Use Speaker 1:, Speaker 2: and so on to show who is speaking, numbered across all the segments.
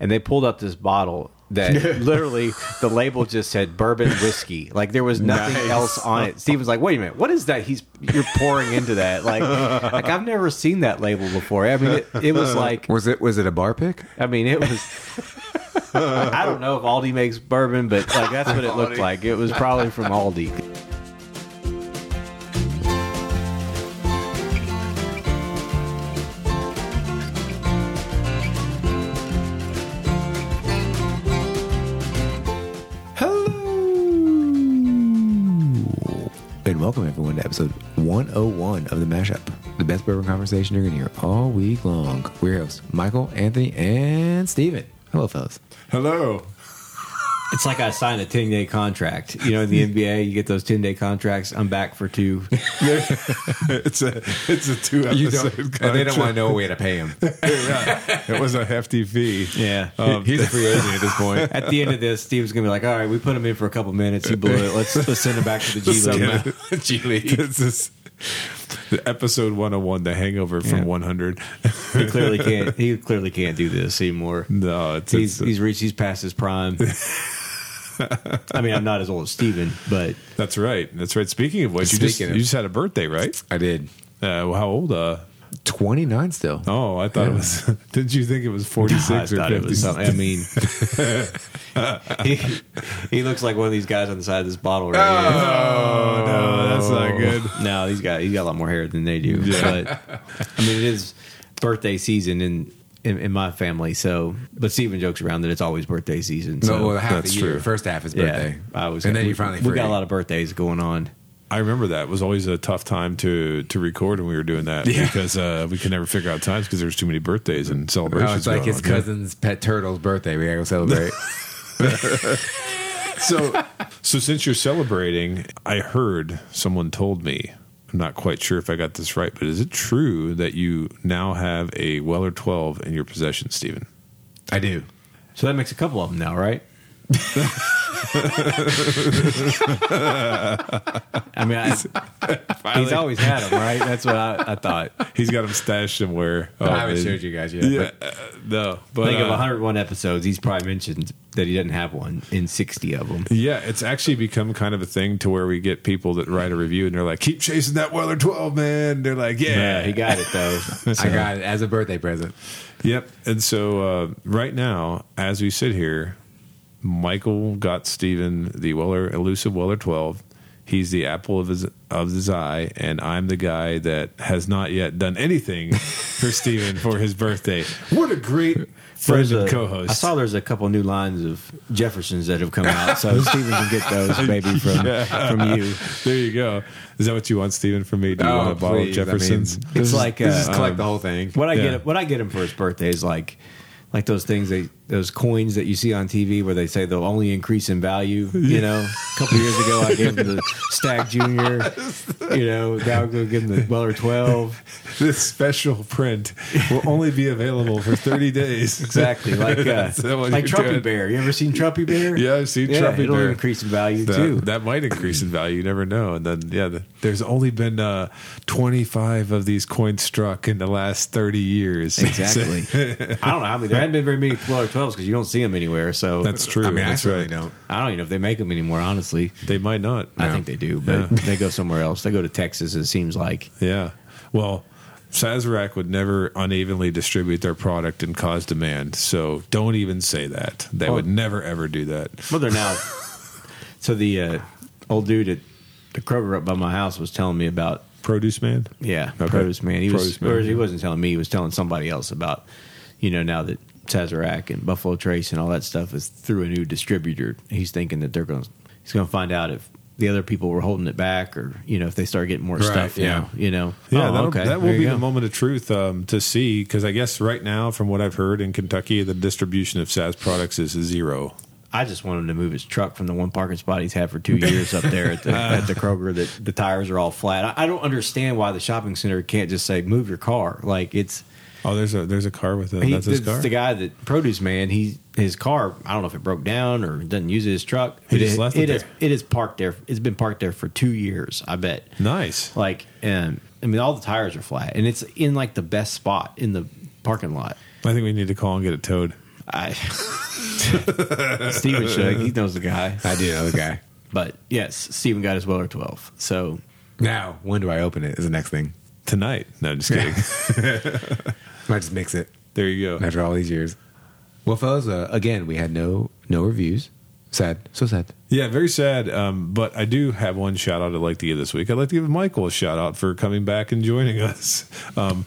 Speaker 1: and they pulled up this bottle that literally the label just said bourbon whiskey. Like there was nothing
Speaker 2: Nice.
Speaker 1: else on it. Steven's like, wait a minute, what is that? He's you're pouring into that. Like, like I've never seen that label before. I mean, it, it was like,
Speaker 3: Was it was it a bar pick?
Speaker 1: I mean, it was. I don't know if Aldi makes bourbon, but like that's what it looked
Speaker 2: Aldi.
Speaker 1: like. It was probably from Aldi.
Speaker 3: Hello and welcome everyone to episode 101 of the Mashup, the best bourbon conversation you're gonna hear all week long. We're your hosts, Michael, Anthony, and Steven. Hello, fellas.
Speaker 2: Hello.
Speaker 1: It's like I signed a ten day contract. You know, in the NBA, you get those ten day contracts. I'm back for two.
Speaker 2: it's a it's a two
Speaker 3: You
Speaker 2: episode.
Speaker 3: don't, and they don't want to know we had to pay him.
Speaker 2: It was a hefty fee.
Speaker 1: Yeah. Um,
Speaker 3: He's a free agent at this point.
Speaker 1: At the end of this, Steve's gonna be like, "All right, we put him in for a couple minutes. He blew it. Let's let's send him back to the G
Speaker 2: Just
Speaker 1: League."
Speaker 2: kidding. This is episode 101, the hangover from
Speaker 1: Yeah.
Speaker 2: 100.
Speaker 1: He clearly can't. He clearly can't do this anymore.
Speaker 2: No, it's,
Speaker 1: He's
Speaker 2: it's-
Speaker 1: he's reached. He's past his prime. I mean, I'm not as old as Steven, but
Speaker 2: that's right. That's right. Speaking of which, you, just,
Speaker 3: Speaking of-
Speaker 2: you just had a birthday, right?
Speaker 3: I did.
Speaker 2: Uh, well, how old? Uh,
Speaker 3: 29 still.
Speaker 2: oh, I thought it was. Did you think it was 46
Speaker 1: I
Speaker 2: or
Speaker 1: thought
Speaker 2: 50?
Speaker 1: it was something. I mean, he, he looks like one of these guys on the side of this bottle right here.
Speaker 2: Oh, no, that's not good.
Speaker 1: No, he's got he's got a lot more hair than they do.
Speaker 2: Yeah.
Speaker 1: But I mean, it is birthday season in, in in my family. So, but Steven jokes around that it's always birthday season. So,
Speaker 3: no, well, half
Speaker 2: that's
Speaker 3: the year.
Speaker 2: true.
Speaker 3: First half is
Speaker 1: yeah,
Speaker 3: birthday.
Speaker 1: I was.
Speaker 3: and then
Speaker 1: we,
Speaker 3: you finally
Speaker 1: we got a lot of birthdays going on.
Speaker 2: I remember that it was always a tough time to to record when we were doing that because uh, we could never figure out times because there was too many birthdays and celebrations.
Speaker 3: Oh, it's like
Speaker 2: going
Speaker 3: his
Speaker 2: on, yeah.
Speaker 3: cousin's pet turtle's birthday. We gotta go celebrate.
Speaker 2: So, so since you're celebrating, I heard someone told me. I'm not quite sure if I got this right, but is it true that you now have a Weller 12 in your possession, Stephen?
Speaker 3: I do.
Speaker 1: So that makes a couple of them now, right? I mean, I, he's always had them, right? That's what I, I thought.
Speaker 2: He's got them stashed somewhere.
Speaker 3: I haven't
Speaker 2: man.
Speaker 3: showed you guys yet.
Speaker 2: Oh, Yeah, uh, no, but
Speaker 1: Think of
Speaker 2: uh,
Speaker 1: 101 episodes. He's probably mentioned that he doesn't have one in 60 of them.
Speaker 2: Yeah, it's actually become kind of a thing to where we get people that write a review and they're like, "Keep chasing that Weller 12, man." They're like,
Speaker 1: Yeah,
Speaker 2: "Yeah,
Speaker 1: he got it though.
Speaker 3: I got it as a birthday present.
Speaker 2: Yep. And so uh, right now, as we sit here, Michael got Steven the Weller elusive Weller twelve. He's the apple of his of his eye, and I'm the guy that has not yet done anything for Steven for his birthday. What a great friend
Speaker 1: There's
Speaker 2: and
Speaker 1: a-
Speaker 2: co-host!
Speaker 1: I saw there's a couple new lines of Jeffersons that have come out, so Steven can get those maybe from from you.
Speaker 2: there you go. Is that what you want, Steven, from me? Do
Speaker 1: Oh,
Speaker 2: you want a bottle
Speaker 3: Oh, please, I
Speaker 2: of Jefferson's?
Speaker 3: mean,
Speaker 1: It's
Speaker 3: just-
Speaker 1: like,
Speaker 3: let's just
Speaker 1: uh,
Speaker 2: um,
Speaker 3: collect the whole thing.
Speaker 1: What I
Speaker 2: Yeah.
Speaker 1: get, what I get him for his birthday is like, like those things they, those coins that you see on TV where they say they'll only increase in value. You know, a couple years ago I gave him the Stag Junior. You know, now I'm gonna give him the Weller Twelve.
Speaker 2: this special print will only be available for 30 days.
Speaker 1: Exactly, like uh,
Speaker 2: That's what
Speaker 1: like
Speaker 2: you're
Speaker 1: Trumpy
Speaker 2: doing.
Speaker 1: Bear. You ever seen Trumpy Bear?
Speaker 2: Yeah, I've seen Trumpy
Speaker 1: it'll
Speaker 2: Bear.
Speaker 1: increase in value
Speaker 2: that,
Speaker 1: too.
Speaker 2: that might increase in value. You never know. And then, yeah, the, there's only been uh, 25 of these coins struck in the last 30 years.
Speaker 1: Exactly. I don't know how many. There hadn't been very many Weller Twelves because you don't see them anywhere. So
Speaker 2: That's true.
Speaker 3: I mean, I
Speaker 2: That's
Speaker 3: certainly
Speaker 2: right.
Speaker 3: don't.
Speaker 1: I don't even know if they make them anymore. Honestly,
Speaker 2: They might not.
Speaker 1: I think they do, but they go somewhere else. They go to Texas. It seems like.
Speaker 2: Yeah. Well, Sazerac would never unevenly distribute their product and cause demand. So don't even say that. They would never, ever do that.
Speaker 1: Well, they're now. so the uh, old dude at the Kroger up by my house was telling me about
Speaker 2: Produce man?
Speaker 1: yeah
Speaker 2: Okay.
Speaker 1: produce man. He was
Speaker 2: Produce man,
Speaker 1: or he
Speaker 2: yeah.
Speaker 1: wasn't telling me. He was telling somebody else about you know now that Sazerac and Buffalo Trace and all that stuff is through a new distributor. He's thinking that they're going. to He's going to find out if the other people were holding it back or you know if they start getting more stuff.
Speaker 3: yeah.
Speaker 1: Now, you know.
Speaker 2: Yeah,
Speaker 1: Oh,
Speaker 2: that'll- that will
Speaker 1: There you
Speaker 2: be
Speaker 1: go.
Speaker 2: the moment of truth um, to see because I guess right now, from what I've heard in Kentucky, the distribution of SAS products is zero.
Speaker 1: I just want him to move his truck from the one parking spot he's had for two years up there at the, at the Kroger that the tires are all flat. I, I don't understand why the shopping center can't just say move your car. Like it's
Speaker 2: Oh, there's a there's a car with a
Speaker 1: he,
Speaker 2: that's his
Speaker 1: this-
Speaker 2: car.
Speaker 1: the guy that produce man. He his car. I don't know if it broke down or doesn't use his truck.
Speaker 2: He
Speaker 1: but
Speaker 2: just
Speaker 1: it,
Speaker 2: left it
Speaker 1: it is-
Speaker 2: there.
Speaker 1: it is parked there. It's been parked there for two years. I bet.
Speaker 2: Nice.
Speaker 1: Like um, I mean, all the tires are flat, and it's in like the best spot in the parking lot.
Speaker 2: I think we need to call and get it towed.
Speaker 1: I Steven should. He knows the guy.
Speaker 3: I do know the guy.
Speaker 1: But yes, Steven got his Weller 12. So
Speaker 3: Now, when do I open it? Is the next thing.
Speaker 2: tonight. No, just kidding.
Speaker 3: I just mix it
Speaker 2: there you go.
Speaker 3: after all these years. Well, fellas, uh, again, we had no no reviews. Sad, so sad.
Speaker 2: Yeah, very sad. Um, but I do have one shout out I'd like to give this week. I'd like to give Michael a shout out for coming back and joining us. Um,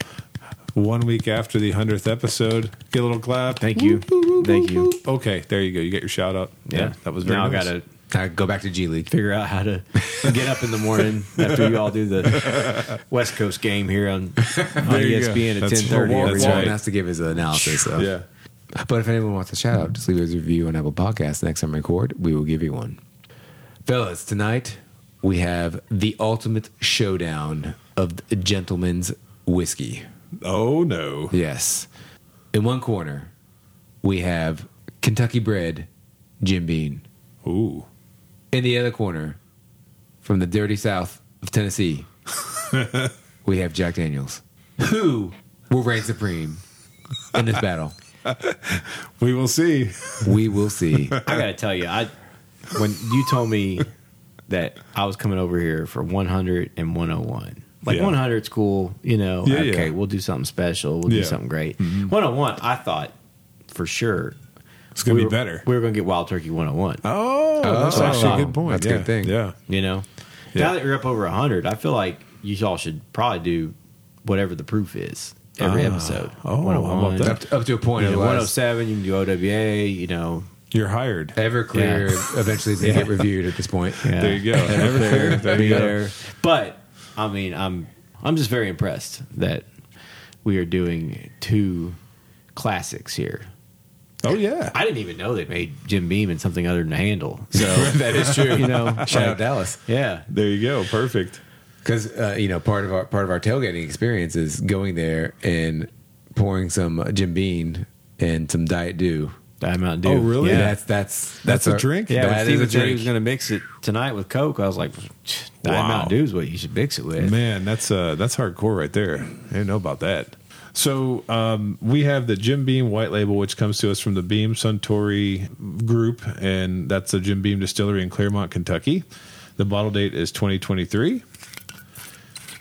Speaker 2: one week after the hundredth episode, get a little clap.
Speaker 1: thank you. Thank you.
Speaker 2: Okay, there you go. You get your shout out.
Speaker 1: Yeah.
Speaker 2: that was very.
Speaker 1: Now
Speaker 2: nice.
Speaker 1: I got to
Speaker 3: I go back to G League.
Speaker 1: figure out how to get up in the morning after you all do the West Coast game here on, E on
Speaker 2: you go.
Speaker 1: ESPN at
Speaker 2: That's-
Speaker 1: 1030
Speaker 2: Well,
Speaker 1: every
Speaker 2: That's
Speaker 3: Everyone
Speaker 1: night.
Speaker 2: right.
Speaker 3: has to give his analysis. Of.
Speaker 2: Yeah,
Speaker 3: But if anyone wants a shout out, just leave us a review on Apple Podcasts. Next time we record, we will give you one. Fellas, tonight we have the ultimate showdown of the gentleman's whiskey.
Speaker 2: Oh no.
Speaker 3: Yes. In one corner, we have Kentucky bred Jim Bean.
Speaker 2: Ooh.
Speaker 3: In the other corner, from the dirty south of Tennessee, we have Jack Daniels, who will reign supreme in this battle.
Speaker 2: We will see.
Speaker 3: We will see.
Speaker 1: I gotta tell you, I when you told me that I was coming over here for 100 and 101, like
Speaker 2: Yeah.
Speaker 1: 100 's cool, you know,
Speaker 2: Yeah,
Speaker 1: okay,
Speaker 2: yeah.
Speaker 1: we'll do something special, we'll
Speaker 2: Yeah.
Speaker 1: do
Speaker 2: Mm-hmm.
Speaker 1: something great. 101, I thought for sure
Speaker 2: It's gonna
Speaker 1: we
Speaker 2: be
Speaker 1: were-
Speaker 2: better.
Speaker 1: We were gonna get Wild Turkey 101,
Speaker 2: Oh, that's
Speaker 3: Oh,
Speaker 2: actually a good point.
Speaker 3: that's a
Speaker 2: yeah.
Speaker 3: good thing.
Speaker 2: Yeah.
Speaker 1: you know.
Speaker 2: Yeah.
Speaker 1: Now that you're up over 100, I feel like you all should probably do whatever the proof is every
Speaker 2: Ah.
Speaker 1: episode.
Speaker 2: Oh, how about that?
Speaker 3: up, to, up to a point.
Speaker 1: You know,
Speaker 3: otherwise,
Speaker 1: 107, you can do OWA, you know.
Speaker 2: You're hired.
Speaker 3: Everclear eventually is going to get reviewed at this point.
Speaker 1: Yeah.
Speaker 2: There you go.
Speaker 1: Everclear,
Speaker 2: There
Speaker 1: be
Speaker 2: you go.
Speaker 1: there. But I mean, I'm I'm just very impressed that we are doing two classics here.
Speaker 2: Oh yeah.
Speaker 1: I didn't even know they made Jim Beam and something other than a handle. So
Speaker 3: that is true.
Speaker 1: you know,
Speaker 3: Shout
Speaker 1: like,
Speaker 3: out Dallas.
Speaker 1: yeah,
Speaker 2: There you go. Perfect.
Speaker 3: Because uh, you know, part of our part of our tailgating experience is going there and pouring some uh, Jim Bean and some Diet Dew.
Speaker 1: Diet Mountain Dew.
Speaker 2: Oh, really?
Speaker 1: Yeah,
Speaker 3: That's that's
Speaker 2: That's a
Speaker 3: our-
Speaker 2: drink?
Speaker 1: yeah. when
Speaker 3: that
Speaker 1: Steven
Speaker 3: is a
Speaker 1: said he
Speaker 3: drink.
Speaker 1: was going to mix it tonight with Coke. I was like, Diet
Speaker 2: Wow.
Speaker 1: Mountain Dew is what you should mix it with.
Speaker 2: Man, that's uh that's hardcore right there. I didn't know about that. So um, we have the Jim Beam White Label, which comes to us from the Beam Suntory Group, and that's the Jim Beam Distillery in Claremont, Kentucky. The bottle date is 2023.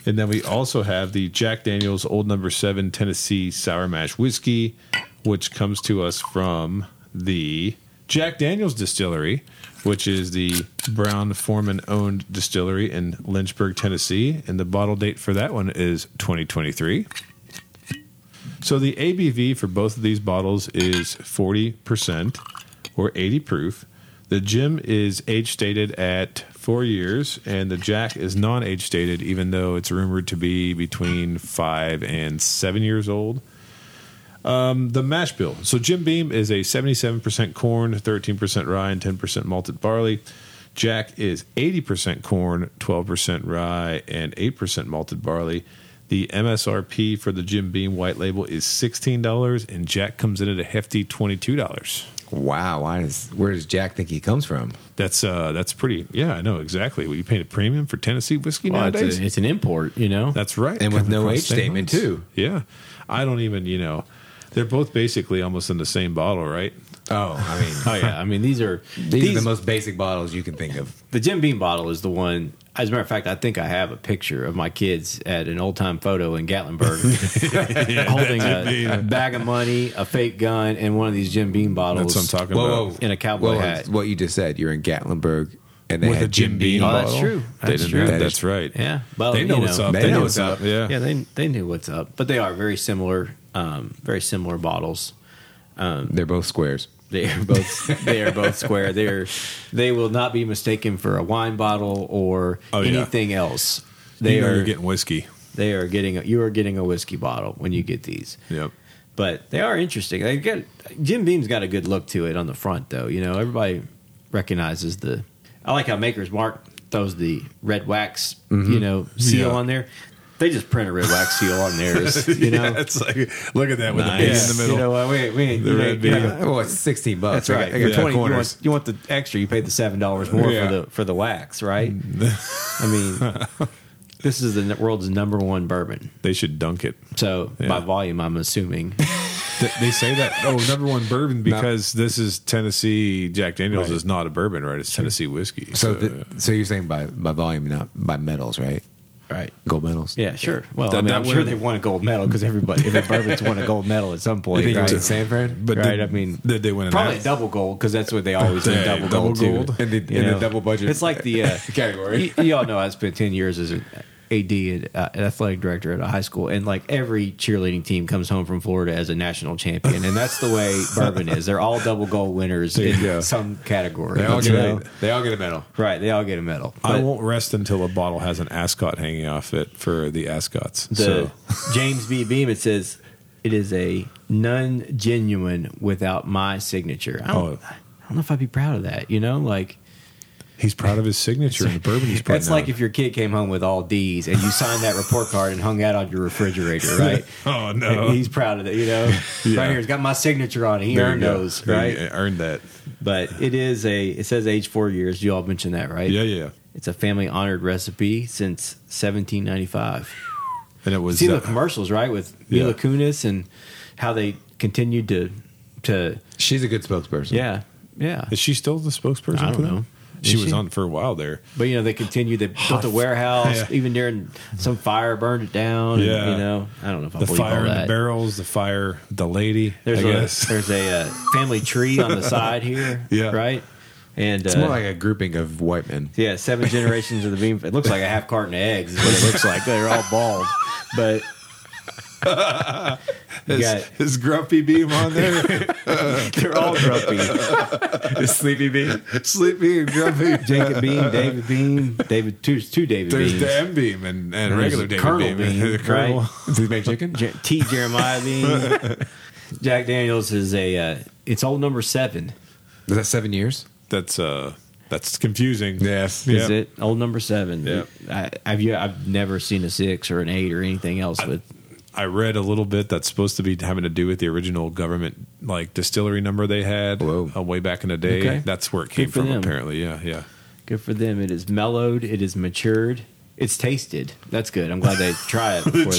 Speaker 2: And then we also have the Jack Daniels Old Number Seven Tennessee Sour Mash Whiskey, which comes to us from the Jack Daniels Distillery, which is the Brown Foreman owned distillery in Lynchburg, Tennessee. And the bottle date for that one is 2023. So the ABV for both of these bottles is 40% or 80 proof. The Jim is age stated at four years, and the Jack is non age stated, even though it's rumored to be between five and seven years old. Um, the mash bill. So Jim Beam is a 77% corn, 13% rye, and 10% malted barley. Jack is 80% corn, 12% rye, and 8% malted barley. The MSRP for the Jim Beam white label is $16, and Jack comes in at a hefty $22.
Speaker 3: Wow, why does where does Jack think he comes from?
Speaker 2: That's uh, that's pretty. Yeah, I know exactly. Well, you paid a premium for Tennessee whiskey
Speaker 1: Well, it's,
Speaker 2: nowadays.
Speaker 1: a, it's an import, you know.
Speaker 2: That's right.
Speaker 3: And with
Speaker 2: Coming
Speaker 3: no
Speaker 2: across
Speaker 3: age
Speaker 2: state
Speaker 3: statement,
Speaker 2: lines.
Speaker 3: too.
Speaker 2: Yeah, I don't even. You know, they're both basically almost in the same bottle, right?
Speaker 3: Oh, I mean,
Speaker 1: oh yeah, I mean these are
Speaker 3: these, are the most basic bottles you can think of.
Speaker 1: The Jim Beam bottle is the one. As a matter of fact, I think I have a picture of my kids at an old time photo in Gatlinburg holding a, a bag of money, a fake gun, and one of these Jim Beam bottles.
Speaker 2: That's what I'm talking about.
Speaker 1: In a cowboy hat.
Speaker 3: What you just said, you're in Gatlinburg, and they
Speaker 2: With
Speaker 3: had
Speaker 2: a Jim Beam
Speaker 1: Oh,
Speaker 3: bottle.
Speaker 1: that's true.
Speaker 2: They
Speaker 1: That's
Speaker 2: didn't
Speaker 1: true.
Speaker 2: have-
Speaker 3: That is-
Speaker 2: that's right.
Speaker 1: Yeah. Well,
Speaker 2: They know
Speaker 1: you
Speaker 2: what's up.
Speaker 3: They
Speaker 2: They,
Speaker 3: know
Speaker 2: know
Speaker 3: what's
Speaker 2: what's up.
Speaker 3: up.
Speaker 2: Yeah.
Speaker 1: Yeah, they they knew what's up, but they are very similar, um, very similar bottles.
Speaker 3: They're both squares.
Speaker 1: They are both they are both square. They're they will not be mistaken for a wine bottle or
Speaker 2: Oh, yeah.
Speaker 1: anything else. They
Speaker 2: you know
Speaker 1: are
Speaker 2: you're getting whiskey.
Speaker 1: they are getting a, you are getting a whiskey bottle when you get these.
Speaker 2: Yep.
Speaker 1: But they are interesting. They got Jim Beam's got a good look to it on the front, though. You know, everybody recognizes the. I like how Maker's Mark throws the red wax, you know, seal
Speaker 2: Mm-hmm. Yeah.
Speaker 1: on there. They just print a red wax seal on theirs, you know.
Speaker 2: yeah, it's like look at that with
Speaker 1: Nice.
Speaker 2: the bean in the middle.
Speaker 1: You know what? We, we,
Speaker 2: The
Speaker 1: you
Speaker 2: red
Speaker 1: ain't-
Speaker 2: bean.
Speaker 1: yeah,
Speaker 3: Well, it's sixteen bucks.
Speaker 1: That's right.
Speaker 3: I got, I got
Speaker 1: You're
Speaker 3: 20
Speaker 1: 20, you,
Speaker 3: corners.
Speaker 1: want, you want the extra? You paid the seven dollars more
Speaker 2: Yeah.
Speaker 1: for the for the wax, right? I mean, this is the world's number one bourbon.
Speaker 2: they should dunk it.
Speaker 1: So
Speaker 2: Yeah.
Speaker 1: by volume, I'm assuming.
Speaker 2: Th- they say that oh number one bourbon because this is Tennessee Jack Daniels
Speaker 3: Right.
Speaker 2: is not a bourbon right it's Tennessee whiskey
Speaker 3: So, the, so you're saying by by volume, not by medals, right?
Speaker 1: Right.
Speaker 3: Gold medals.
Speaker 1: Yeah, sure. Well,
Speaker 2: That-
Speaker 1: I mean,
Speaker 2: that
Speaker 1: I'm
Speaker 2: would-
Speaker 1: sure they won a gold medal because everybody, every bourbon's won a gold medal at some point.
Speaker 3: You think it
Speaker 1: right?
Speaker 3: was at Sanford?
Speaker 2: but
Speaker 1: right,
Speaker 2: did,
Speaker 1: I mean,
Speaker 2: did they win an
Speaker 1: probably
Speaker 2: app-
Speaker 1: double gold because that's what they always do.
Speaker 2: Yeah,
Speaker 1: Double,
Speaker 2: double
Speaker 1: gold, too.
Speaker 2: gold.
Speaker 3: In the-
Speaker 1: You
Speaker 3: in the
Speaker 1: know?
Speaker 3: double budget-
Speaker 1: It's like the uh,
Speaker 3: category.
Speaker 1: Y- y'all know I spent ten years as an AD, at, uh, an athletic director at a high school, and like every cheerleading team comes home from Florida as a national champion, and that's the way bourbon is. They're all double gold winners in
Speaker 2: Yeah.
Speaker 1: some category.
Speaker 3: They all
Speaker 1: you
Speaker 3: get
Speaker 1: know?
Speaker 3: a, they all get a medal.
Speaker 1: right. They all get a medal.
Speaker 2: I
Speaker 1: But-
Speaker 2: won't rest until a bottle has an ascot hanging off it for the ascots
Speaker 1: the
Speaker 2: so
Speaker 1: James B. Beam. It says it is a none genuine without my signature. I don't,
Speaker 2: Oh.
Speaker 1: I don't know if I'd be proud of that. You know, like
Speaker 2: he's proud of his signature and the bourbon he's putting
Speaker 1: that's like
Speaker 2: out.
Speaker 1: if your kid came home with all D's and you signed that report card and hung that on your refrigerator, right?
Speaker 2: oh
Speaker 1: And
Speaker 2: no
Speaker 1: He's proud of that, you know.
Speaker 2: Yeah.
Speaker 1: Right here, it's got my signature on it. He
Speaker 2: There you
Speaker 1: earned
Speaker 2: go.
Speaker 1: those,
Speaker 2: There
Speaker 1: right?
Speaker 2: you- earned that
Speaker 1: But it is a. It says age four years. You all mentioned that, right?
Speaker 2: yeah yeah
Speaker 1: It's a family honored recipe since 1795.
Speaker 2: and it was
Speaker 1: see the
Speaker 2: uh,
Speaker 1: commercials, right, with
Speaker 2: Yeah.
Speaker 1: Mila Kunis and how they continued to to
Speaker 3: She's a good spokesperson.
Speaker 1: yeah yeah.
Speaker 2: is she still the spokesperson
Speaker 1: I don't
Speaker 2: for them?
Speaker 1: know.
Speaker 2: she
Speaker 1: Is
Speaker 2: was
Speaker 1: she?
Speaker 2: on for a while there
Speaker 1: But you know they continued. They built a warehouse
Speaker 2: Yeah.
Speaker 1: even during some fire burned it down. and,
Speaker 2: Yeah.
Speaker 1: you know I don't know if I
Speaker 2: the
Speaker 1: believe
Speaker 2: fire
Speaker 1: all
Speaker 2: in
Speaker 1: that.
Speaker 2: the barrels the fire the lady
Speaker 1: there's
Speaker 2: I
Speaker 1: a
Speaker 2: guess
Speaker 1: there's a uh, family tree on the side here.
Speaker 2: Yeah.
Speaker 1: right. And
Speaker 3: It's
Speaker 1: uh,
Speaker 3: more like a grouping of white men.
Speaker 1: yeah, seven generations of the beam. It looks like a half carton of eggs. Is what it looks like they're all bald, but. You got-
Speaker 2: his grumpy beam on there
Speaker 1: they're all grumpy.
Speaker 3: Sleepy Bee.
Speaker 2: Sleepy and grumpy.
Speaker 1: Jacob Beam, David Beam, David. Two, two David
Speaker 2: There's
Speaker 1: Beams.
Speaker 2: the M beam and, and
Speaker 1: There's
Speaker 2: regular David
Speaker 1: Colonel
Speaker 2: beam.
Speaker 1: Beam,
Speaker 2: The Colonel.
Speaker 1: right?
Speaker 3: Does he make chicken?
Speaker 1: Je- T. Jeremiah Beam. Jack Daniels is a. Uh, it's old number seven.
Speaker 3: Is that seven years?
Speaker 2: That's uh, that's confusing.
Speaker 3: Yes.
Speaker 2: Yeah.
Speaker 1: Is it old number seven?
Speaker 2: Yeah.
Speaker 1: I, I've yeah, I've never seen a six or an eight or anything else with.
Speaker 2: I read a little bit that's supposed to be having to do with the original government like distillery number they had
Speaker 3: Whoa.
Speaker 2: uh, way back in the day.
Speaker 1: Okay.
Speaker 2: That's where it came
Speaker 1: Good for
Speaker 2: from.
Speaker 1: them.
Speaker 2: Apparently, yeah, yeah.
Speaker 1: Good for them. It is mellowed. It is matured. It's tasted. That's good. I'm glad they try it before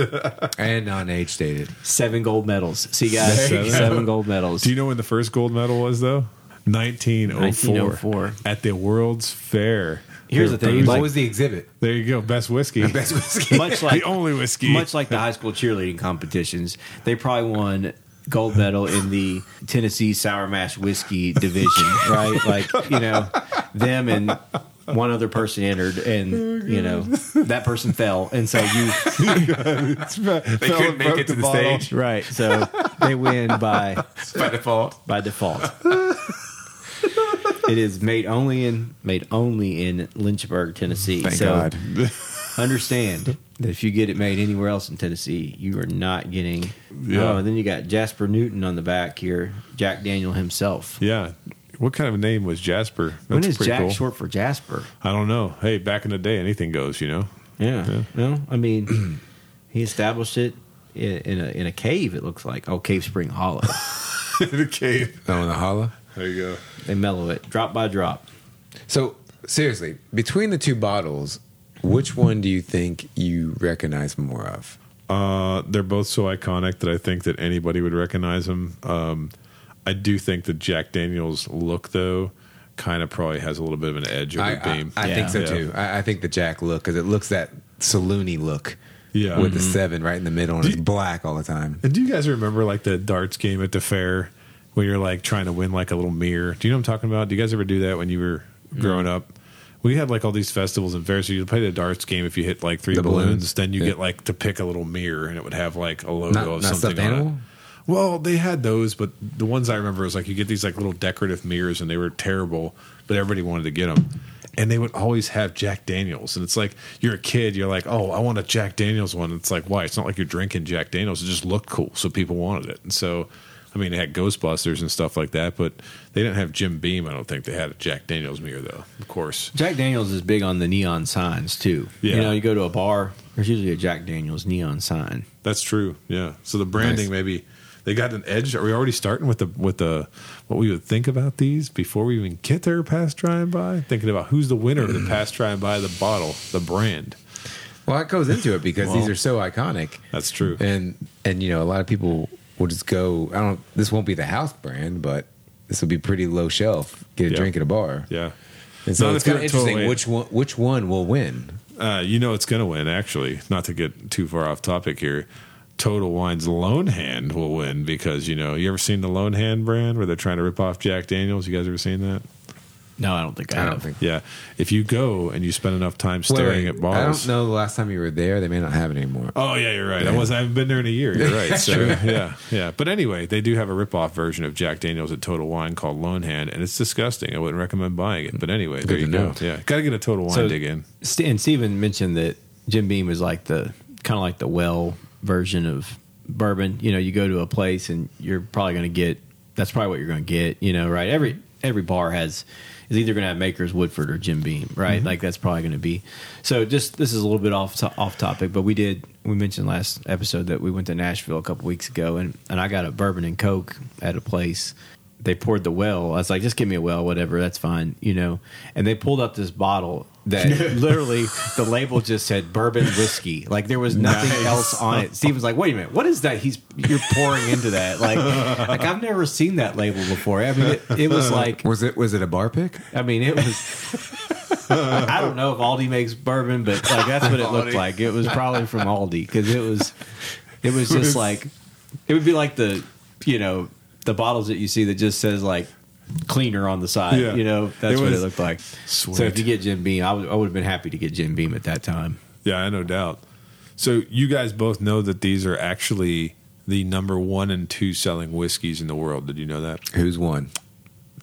Speaker 1: they
Speaker 3: And non age dated.
Speaker 1: seven gold medals. See guys,
Speaker 2: There
Speaker 1: seven,
Speaker 2: you
Speaker 1: gold medals.
Speaker 2: Do you know when the first gold medal was though? 1904,
Speaker 1: 1904.
Speaker 2: at the World's Fair.
Speaker 1: Here's the
Speaker 2: They're
Speaker 1: thing,
Speaker 2: boozing.
Speaker 1: like-
Speaker 3: what was the exhibit?
Speaker 2: there you go. Best whiskey.
Speaker 3: Best whiskey.
Speaker 1: Much like
Speaker 2: the only whiskey.
Speaker 1: much like the high school cheerleading competitions, they probably won gold medal in the Tennessee sour mash whiskey division, right? Like you know, them and one other person entered, and
Speaker 3: Oh,
Speaker 1: you know that person fell, and so you
Speaker 3: They couldn't make it to the stage
Speaker 1: right, so they win by
Speaker 3: by default.
Speaker 1: by default. It is made only in made only in Lynchburg, Tennessee.
Speaker 3: Thank
Speaker 1: so
Speaker 3: God.
Speaker 1: understand that if you get it made anywhere else in Tennessee, you are not getting.
Speaker 2: Yeah.
Speaker 1: Oh, and then you got Jasper Newton on the back here, Jack Daniel himself.
Speaker 2: Yeah. What kind of name was Jasper? That's
Speaker 1: when is
Speaker 2: pretty
Speaker 1: Jack
Speaker 2: cool.
Speaker 1: short for Jasper?
Speaker 2: I don't know. Hey, back in the day, anything goes. You know.
Speaker 1: Yeah. No, I mean, he established it in, in a in a cave. It looks like oh, Cave Spring Hollow.
Speaker 2: the cave.
Speaker 3: Oh, in the holla.
Speaker 2: There you go.
Speaker 1: they mellow it drop by drop.
Speaker 3: So, seriously, between the two bottles, which one do you think you recognize more of?
Speaker 2: Uh, they're both so iconic that I think that anybody would recognize them. Um, I do think the Jack Daniels look, though, kind of probably has a little bit of an edge over
Speaker 3: I,
Speaker 2: the beam.
Speaker 3: I, I
Speaker 1: Yeah.
Speaker 3: think so
Speaker 2: Yeah.
Speaker 3: too. I, I think the Jack look because it looks that saloony look
Speaker 2: yeah.
Speaker 3: with the seven right in the middle and
Speaker 2: Do
Speaker 3: it's black all the time.
Speaker 2: and do you guys remember like the darts game at the fair when you're like trying to win like a little mirror? Do you know what I'm talking about? Do you guys ever do that when you were growing up? We had like all these festivals and fairs. So you'd play the darts game if you hit like three
Speaker 3: The
Speaker 2: balloons,
Speaker 3: balloons.
Speaker 2: then you
Speaker 3: Yeah.
Speaker 2: get like to pick a little mirror and it would have like a logo
Speaker 3: Not-
Speaker 2: of
Speaker 3: not
Speaker 2: something
Speaker 3: stuffed
Speaker 2: on it.
Speaker 3: animal?
Speaker 2: Well, they had those, but the ones I remember was like you get these like little decorative mirrors, and they were terrible, but everybody wanted to get them. And they would always have Jack Daniels, and it's like you're a kid, you're like, oh, I want a Jack Daniels one. It's like why? It's not like you're drinking Jack Daniels. It just looked cool, so people wanted it. And so, I mean, they had Ghostbusters and stuff like that, but they didn't have Jim Beam. I don't think they had a Jack Daniels mirror though. Of course,
Speaker 1: Jack Daniels is big on the neon signs too.
Speaker 2: Yeah.
Speaker 1: You know, you go to a bar, there's usually a Jack Daniels neon sign.
Speaker 2: that's true. Yeah. So the branding
Speaker 3: Nice.
Speaker 2: maybe. They got an edge. Are we already starting with the with the what we would think about these before we even get there past trying by? Thinking about who's the winner of the past trying by the bottle, the brand.
Speaker 3: Well, it goes into it because
Speaker 2: Well-
Speaker 3: these are so iconic,
Speaker 2: That's true.
Speaker 3: and and you know a lot of people we'll just go. I don't. This won't be the house brand, but this will be pretty low shelf. Get a
Speaker 2: Yeah.
Speaker 3: drink at a bar.
Speaker 2: Yeah.
Speaker 3: And so
Speaker 2: Not
Speaker 3: it's
Speaker 2: if you're
Speaker 3: kind of
Speaker 2: at
Speaker 3: interesting
Speaker 2: Total Wayne.
Speaker 3: which one which one will win.
Speaker 2: Uh, you know it's going to win, actually. Not to get too far off topic here. Total Wine's Lone Hand will win because, you know, you ever seen the Lone Hand brand where they're trying to rip off Jack Daniels? You guys ever seen that?
Speaker 1: No, I don't think I,
Speaker 3: I
Speaker 1: have.
Speaker 3: don't think.
Speaker 2: Yeah. If you go and you spend enough time
Speaker 3: Wait,
Speaker 2: staring
Speaker 3: wait,
Speaker 2: at balls.
Speaker 3: I don't know the last time you were there. They may not have it anymore.
Speaker 2: Oh yeah, you're right. I was I haven't been there in a year. You're right. So yeah, yeah. But anyway, they do have a rip-off version of Jack Daniels at Total Wine called Lone Hand, and it's disgusting. I wouldn't recommend buying it. But anyway, there
Speaker 3: to
Speaker 2: you
Speaker 3: know.
Speaker 2: go. Yeah, got to get a Total Wine
Speaker 1: So-
Speaker 2: dig in.
Speaker 1: St- and Steven mentioned that Jim Beam was like the kind of like the well version of bourbon. You know, you go to a place and you're probably going to get that's probably what you're going to get. You know, right? Every every bar has is either going to have Maker's Woodford or Jim Beam, right?
Speaker 2: Mm-hmm.
Speaker 1: Like that's probably going to be. So just this is a little bit off to, off topic, but we did we mentioned last episode that we went to Nashville a couple weeks ago and and I got a bourbon and coke at a place they poured the well. I was like, just give me a well, whatever, that's fine, you know. And they pulled up this bottle that literally the label just said bourbon whiskey. Like there was nothing else on it. Steven's like, wait a minute, what is that? He's you're pouring into that. Like, like I've never seen that label before. I mean, it, it was like,
Speaker 3: Was it was it a bar pick?
Speaker 1: I mean, it was. I don't know if Aldi makes bourbon, but like that's what it looked like. It was probably from Aldi because it was, it was just like, it would be like the, you know, the bottles that you see that just says like cleaner on the side.
Speaker 2: Yeah.
Speaker 1: You know, that's
Speaker 2: It
Speaker 1: what it
Speaker 2: was-
Speaker 1: looked like.
Speaker 2: Sweet.
Speaker 1: So if you get Jim Beam, I would, I would have been happy to get Jim Beam at that time.
Speaker 2: Yeah, I no doubt. So you guys both know that these are actually the number one and two selling whiskeys in the world. Did you know that?
Speaker 3: Who's won?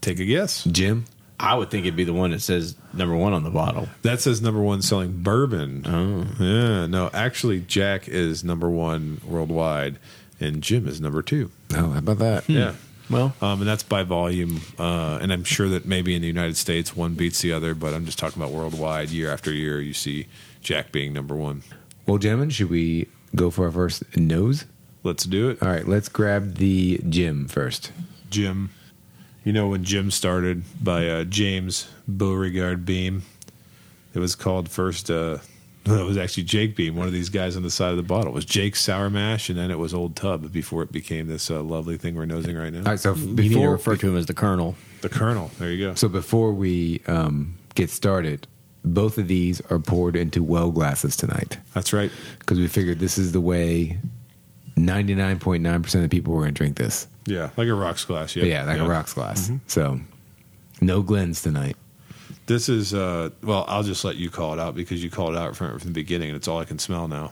Speaker 2: Take a guess.
Speaker 3: Jim.
Speaker 1: I would think it'd be the one that says number one on the bottle.
Speaker 2: That says number one selling bourbon. Oh. Yeah. No, actually, Jack is number one worldwide, and Jim is number two.
Speaker 3: Oh, how about that?
Speaker 1: Hmm.
Speaker 2: Yeah.
Speaker 1: Well,
Speaker 2: Um, and that's by volume. Uh, and I'm sure that maybe in the United States one beats the other, but I'm just talking about worldwide. Year after year, you see Jack being number one.
Speaker 3: Well, gentlemen, should we go for our first nose?
Speaker 2: Let's do it.
Speaker 3: All right, let's grab the Jim first.
Speaker 2: Jim. You know when Jim started by uh, James Beauregard Beam, it was called first. Uh, no, it was actually Jake Beam. One of these guys on the side of the bottle it was Jake Sour Mash, and then it was Old Tub before it became this uh, lovely thing we're nosing right now.
Speaker 3: All right, so f-
Speaker 1: you need to
Speaker 3: before
Speaker 1: refer to him as the Colonel.
Speaker 2: The Colonel. There you go.
Speaker 3: so before we um, get started, both of these are poured into well glasses tonight
Speaker 2: That's right.
Speaker 3: because we figured this is the way ninety nine point nine percent of people were going to drink this.
Speaker 2: Yeah, like a rocks glass. Yeah,
Speaker 3: But yeah, like a rocks glass.
Speaker 1: Mm-hmm.
Speaker 3: So no Glens tonight.
Speaker 2: This is uh, well. I'll just let you call it out because you called it out from, from the beginning, and it's all I can smell now.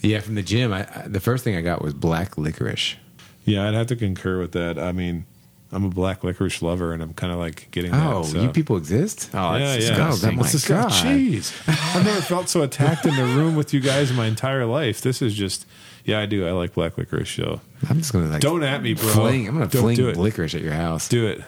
Speaker 3: Yeah, from the gym, I, I, the first thing I got was black licorice.
Speaker 2: Yeah, I'd have to concur with that. I mean, I'm a black licorice lover, and I'm kind of like getting.
Speaker 3: Oh,
Speaker 2: that, so-
Speaker 3: you people exist?
Speaker 1: Oh,
Speaker 2: yeah,
Speaker 1: that's
Speaker 2: yeah.
Speaker 1: disgusting.
Speaker 3: Oh, that
Speaker 2: It's
Speaker 3: my
Speaker 2: disgusting.
Speaker 3: God.
Speaker 2: Jeez. I've never felt so attacked in the room with you guys in my entire life. This is just, yeah, I do. I like black licorice. So
Speaker 3: I'm just gonna like
Speaker 2: don't at me, bro.
Speaker 3: fling. I'm gonna
Speaker 2: Don't
Speaker 3: fling
Speaker 2: do it.
Speaker 3: licorice at your house.
Speaker 2: do it.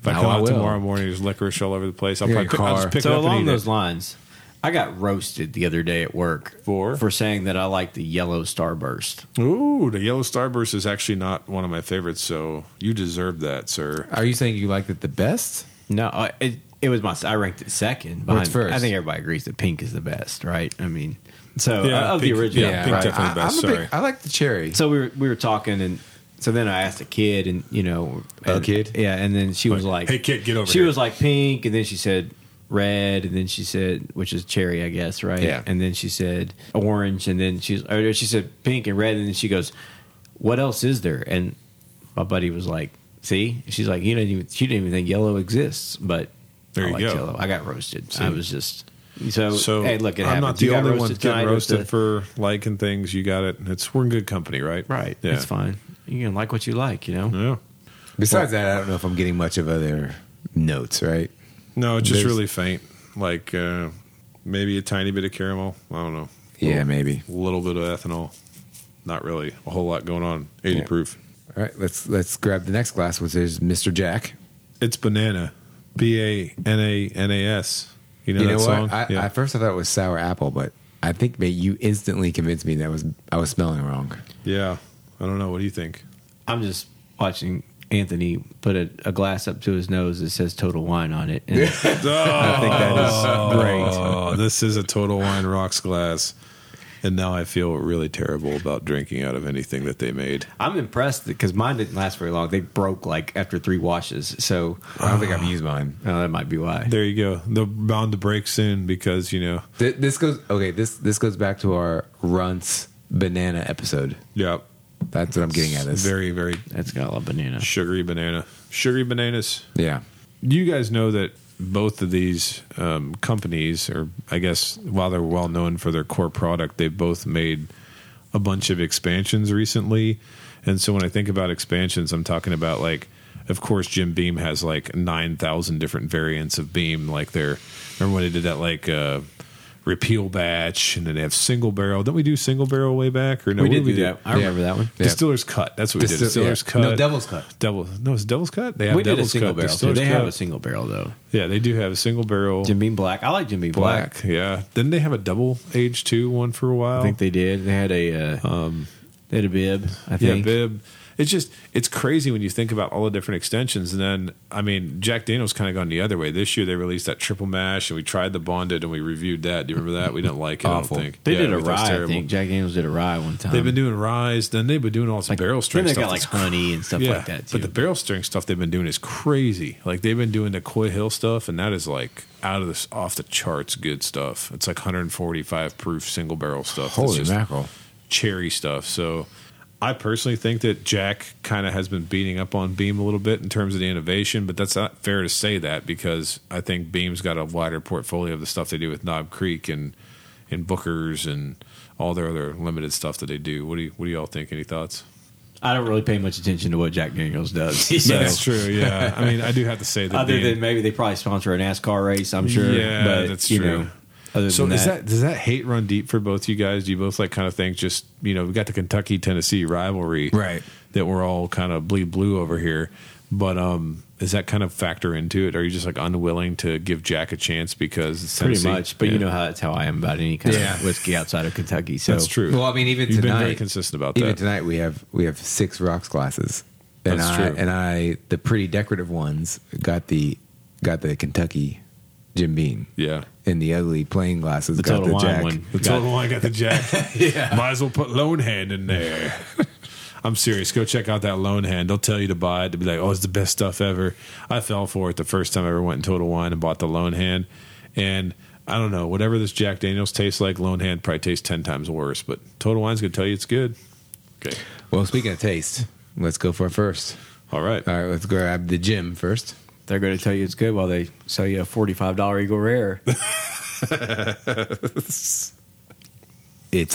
Speaker 2: If I
Speaker 3: No,
Speaker 2: come
Speaker 3: I
Speaker 2: out
Speaker 3: will.
Speaker 2: tomorrow morning, there's licorice all over the place. I'll
Speaker 3: Yeah,
Speaker 2: probably pick,
Speaker 3: your
Speaker 2: I'll
Speaker 3: car.
Speaker 2: just pick it
Speaker 1: so
Speaker 2: up and
Speaker 1: along
Speaker 2: eat
Speaker 1: those
Speaker 2: it.
Speaker 1: lines, I got roasted the other day at work
Speaker 2: For?
Speaker 1: for saying that I like the yellow starburst.
Speaker 2: Ooh, the yellow starburst is actually not one of my favorites. So you deserve that, sir.
Speaker 3: Are you saying you liked it the best?
Speaker 1: No, I- Uh, it, it was my I ranked it second.
Speaker 3: What's
Speaker 1: behind-
Speaker 3: first?
Speaker 1: I think everybody agrees that pink is the best, right? I mean, so
Speaker 2: Yeah,
Speaker 1: uh, of
Speaker 2: pink-
Speaker 1: the original,
Speaker 2: yeah, pink
Speaker 1: right?
Speaker 2: definitely
Speaker 3: I,
Speaker 2: the best,
Speaker 3: I'm a
Speaker 2: sorry.
Speaker 3: big, I like the cherry.
Speaker 1: So we were we were talking, and so then I asked a kid, and you know,
Speaker 3: A
Speaker 1: and-
Speaker 3: kid?
Speaker 1: yeah, and then she was like,
Speaker 2: "Hey, kid, get over
Speaker 1: She
Speaker 2: here."
Speaker 1: was like pink, and then she said red, and then she said, which is cherry, I guess, right?
Speaker 3: Yeah.
Speaker 1: And then she said orange, and then she's or she said pink and red, and then she goes, "What else is there?" And my buddy was like, "See," she's like, "You didn't even she didn't even think yellow exists," but
Speaker 2: There
Speaker 1: I
Speaker 2: you
Speaker 1: like
Speaker 2: go.
Speaker 1: yellow. I got roasted. I was just. So,
Speaker 2: So
Speaker 1: hey, look, it happens.
Speaker 2: I'm not
Speaker 1: You
Speaker 2: the
Speaker 1: got
Speaker 2: only one
Speaker 1: roasted
Speaker 2: getting
Speaker 1: tonight with
Speaker 2: roasted
Speaker 1: the-
Speaker 2: for liking things. You got it. It's we're in good company, right?
Speaker 1: right.
Speaker 2: Yeah. Mm-hmm.
Speaker 1: It's fine. You can like what you like, you know.
Speaker 2: Yeah.
Speaker 3: Besides that, I don't know if I'm getting much of other notes. Right?
Speaker 2: No, it's just
Speaker 3: There's-
Speaker 2: really faint. Like uh, maybe a tiny bit of caramel. I don't know.
Speaker 3: Yeah, maybe.
Speaker 2: A little bit of ethanol. Not really a whole lot going on. 80
Speaker 3: Yeah.
Speaker 2: proof.
Speaker 3: All right, let's let's grab the next glass, which is Mr. Jack.
Speaker 2: It's banana. B A N A N A S. You know
Speaker 3: You
Speaker 2: that
Speaker 3: know
Speaker 2: song?
Speaker 3: what? I,
Speaker 2: yeah.
Speaker 3: At first, I thought it was sour apple, but I think mate, you instantly convinced me that was I was smelling wrong.
Speaker 2: yeah. I don't know. What do you think?
Speaker 1: I'm just watching Anthony put a, a glass up to his nose that says total wine on it. And
Speaker 2: Oh,
Speaker 1: I think that is great.
Speaker 2: this is a total wine rocks glass. And now I feel really terrible about drinking out of anything that they made.
Speaker 1: I'm impressed because mine didn't last very long. They broke like after three washes, so
Speaker 3: I don't think I've used mine.
Speaker 1: oh, that might be why.
Speaker 2: There you go. They're bound to break soon because, you know,
Speaker 3: Th- This goes okay. This this goes back to our runts banana episode.
Speaker 2: yeah.
Speaker 3: That's what I'm getting at. Is
Speaker 2: Very, very
Speaker 1: That's got a lot of banana.
Speaker 2: sugary banana. Sugary bananas.
Speaker 3: yeah.
Speaker 2: you guys know that both of these um, companies are i guess while they're well known for their core product they've both made a bunch of expansions recently and so when i think about expansions i'm talking about like of course jim beam has like 9000 different variants of beam like their remember when they did that like uh repeal batch and then they have single barrel don't we do single barrel way back or no
Speaker 1: we
Speaker 2: what
Speaker 1: did do that. I
Speaker 3: Yeah.
Speaker 1: remember that one.
Speaker 3: Yeah.
Speaker 2: distiller's cut that's what we did
Speaker 3: Distil-
Speaker 2: distiller's
Speaker 3: yeah.
Speaker 2: cut
Speaker 3: No, Devil's Cut.
Speaker 2: devil no it's devil's cut they have
Speaker 1: we did a
Speaker 2: devil's
Speaker 1: single
Speaker 2: cut
Speaker 1: barrel. Too.
Speaker 2: Distiller's
Speaker 1: They have
Speaker 2: Cut.
Speaker 1: a single barrel though.
Speaker 2: Yeah, they do have a single barrel
Speaker 1: Jim Beam Black. I like Jim Beam Black.
Speaker 2: black. Yeah. Didn't they have a double age two one for a while?
Speaker 1: I think they did. They had a uh, they had a bib. I
Speaker 2: yeah,
Speaker 1: think.
Speaker 2: bib. It's just it's crazy when you think about all the different extensions. And then I mean, Jack Daniel's kind of gone the other way. This year they released that triple mash, and we tried the bonded, and we reviewed that. Do you remember that? We didn't like it.
Speaker 3: Awful.
Speaker 2: I don't think
Speaker 1: They
Speaker 2: Yeah,
Speaker 1: did a
Speaker 2: we thought it was
Speaker 1: rye. I
Speaker 2: terrible.
Speaker 1: think Jack Daniels did a rye one time.
Speaker 2: They've been doing ryes. Then they've been doing all some
Speaker 1: like
Speaker 2: barrel string
Speaker 1: Then they
Speaker 2: stuff.
Speaker 1: got like
Speaker 2: that's
Speaker 1: honey and stuff like that too.
Speaker 2: But the barrel string stuff they've been doing is crazy. Like they've been doing the Coy Hill stuff, and that is like out of this off the charts good stuff. It's like 145 proof single barrel stuff. It's
Speaker 3: Holy
Speaker 2: just
Speaker 3: mackerel!
Speaker 2: cherry stuff. So I personally think that Jack kind of has been beating up on Beam a little bit in terms of the innovation, but that's not fair to say that because I think Beam's got a wider portfolio of the stuff they do with Knob Creek and and Booker's and all their other limited stuff that they do. What do you, what do y'all think? Any thoughts?
Speaker 1: I don't really pay much attention to what Jack Daniels does.
Speaker 2: That's true. Yeah, I mean, I do have to say that.
Speaker 1: other
Speaker 2: Beam-
Speaker 1: than maybe they probably sponsor a NASCAR race, I'm sure.
Speaker 2: Yeah,
Speaker 1: but,
Speaker 2: that's
Speaker 1: you
Speaker 2: true.
Speaker 1: Know, other
Speaker 2: so
Speaker 1: than
Speaker 2: is that does that hate run deep for both you guys? Do you both like kind of think just you know we got the Kentucky Tennessee rivalry
Speaker 3: Right.
Speaker 2: that we're all kind of bleed blue over here, but um is that kind of factor into it? Are you just like unwilling to give Jack a chance because it's
Speaker 1: pretty
Speaker 2: Tennessee?
Speaker 1: much, but
Speaker 2: Yeah.
Speaker 1: you know how that's how I am about any kind
Speaker 3: Yeah.
Speaker 1: of whiskey outside of Kentucky. So
Speaker 2: that's true.
Speaker 3: Well, I mean, even
Speaker 2: you've
Speaker 3: tonight,
Speaker 2: been very consistent about
Speaker 3: even
Speaker 2: that.
Speaker 3: tonight we have we have six rocks glasses, and
Speaker 2: That's
Speaker 3: I
Speaker 2: true.
Speaker 3: and I the pretty decorative ones got the got the Kentucky Jim Beam,
Speaker 2: Yeah,
Speaker 3: and the ugly plain glasses got
Speaker 1: Total
Speaker 3: the
Speaker 1: Wine
Speaker 3: Jack.
Speaker 1: one.
Speaker 2: the
Speaker 1: Got-
Speaker 2: total I got the Jack. yeah, might as well put Lone Hand in there. I'm serious. Go check out that Lone Hand. They'll tell you to buy it. To be like, oh, it's the best stuff ever. I fell for it the first time I ever went in Total Wine and bought the Lone Hand. And I don't know, whatever this Jack Daniels tastes like, Lone Hand probably tastes ten times worse. But Total Wine's gonna tell you it's good. Okay,
Speaker 3: Well, speaking of taste, let's go for it first.
Speaker 2: all right.
Speaker 3: All right, let's grab the Jim first.
Speaker 1: They're going to tell you it's good while they sell you a forty-five dollar Eagle Rare.
Speaker 3: It's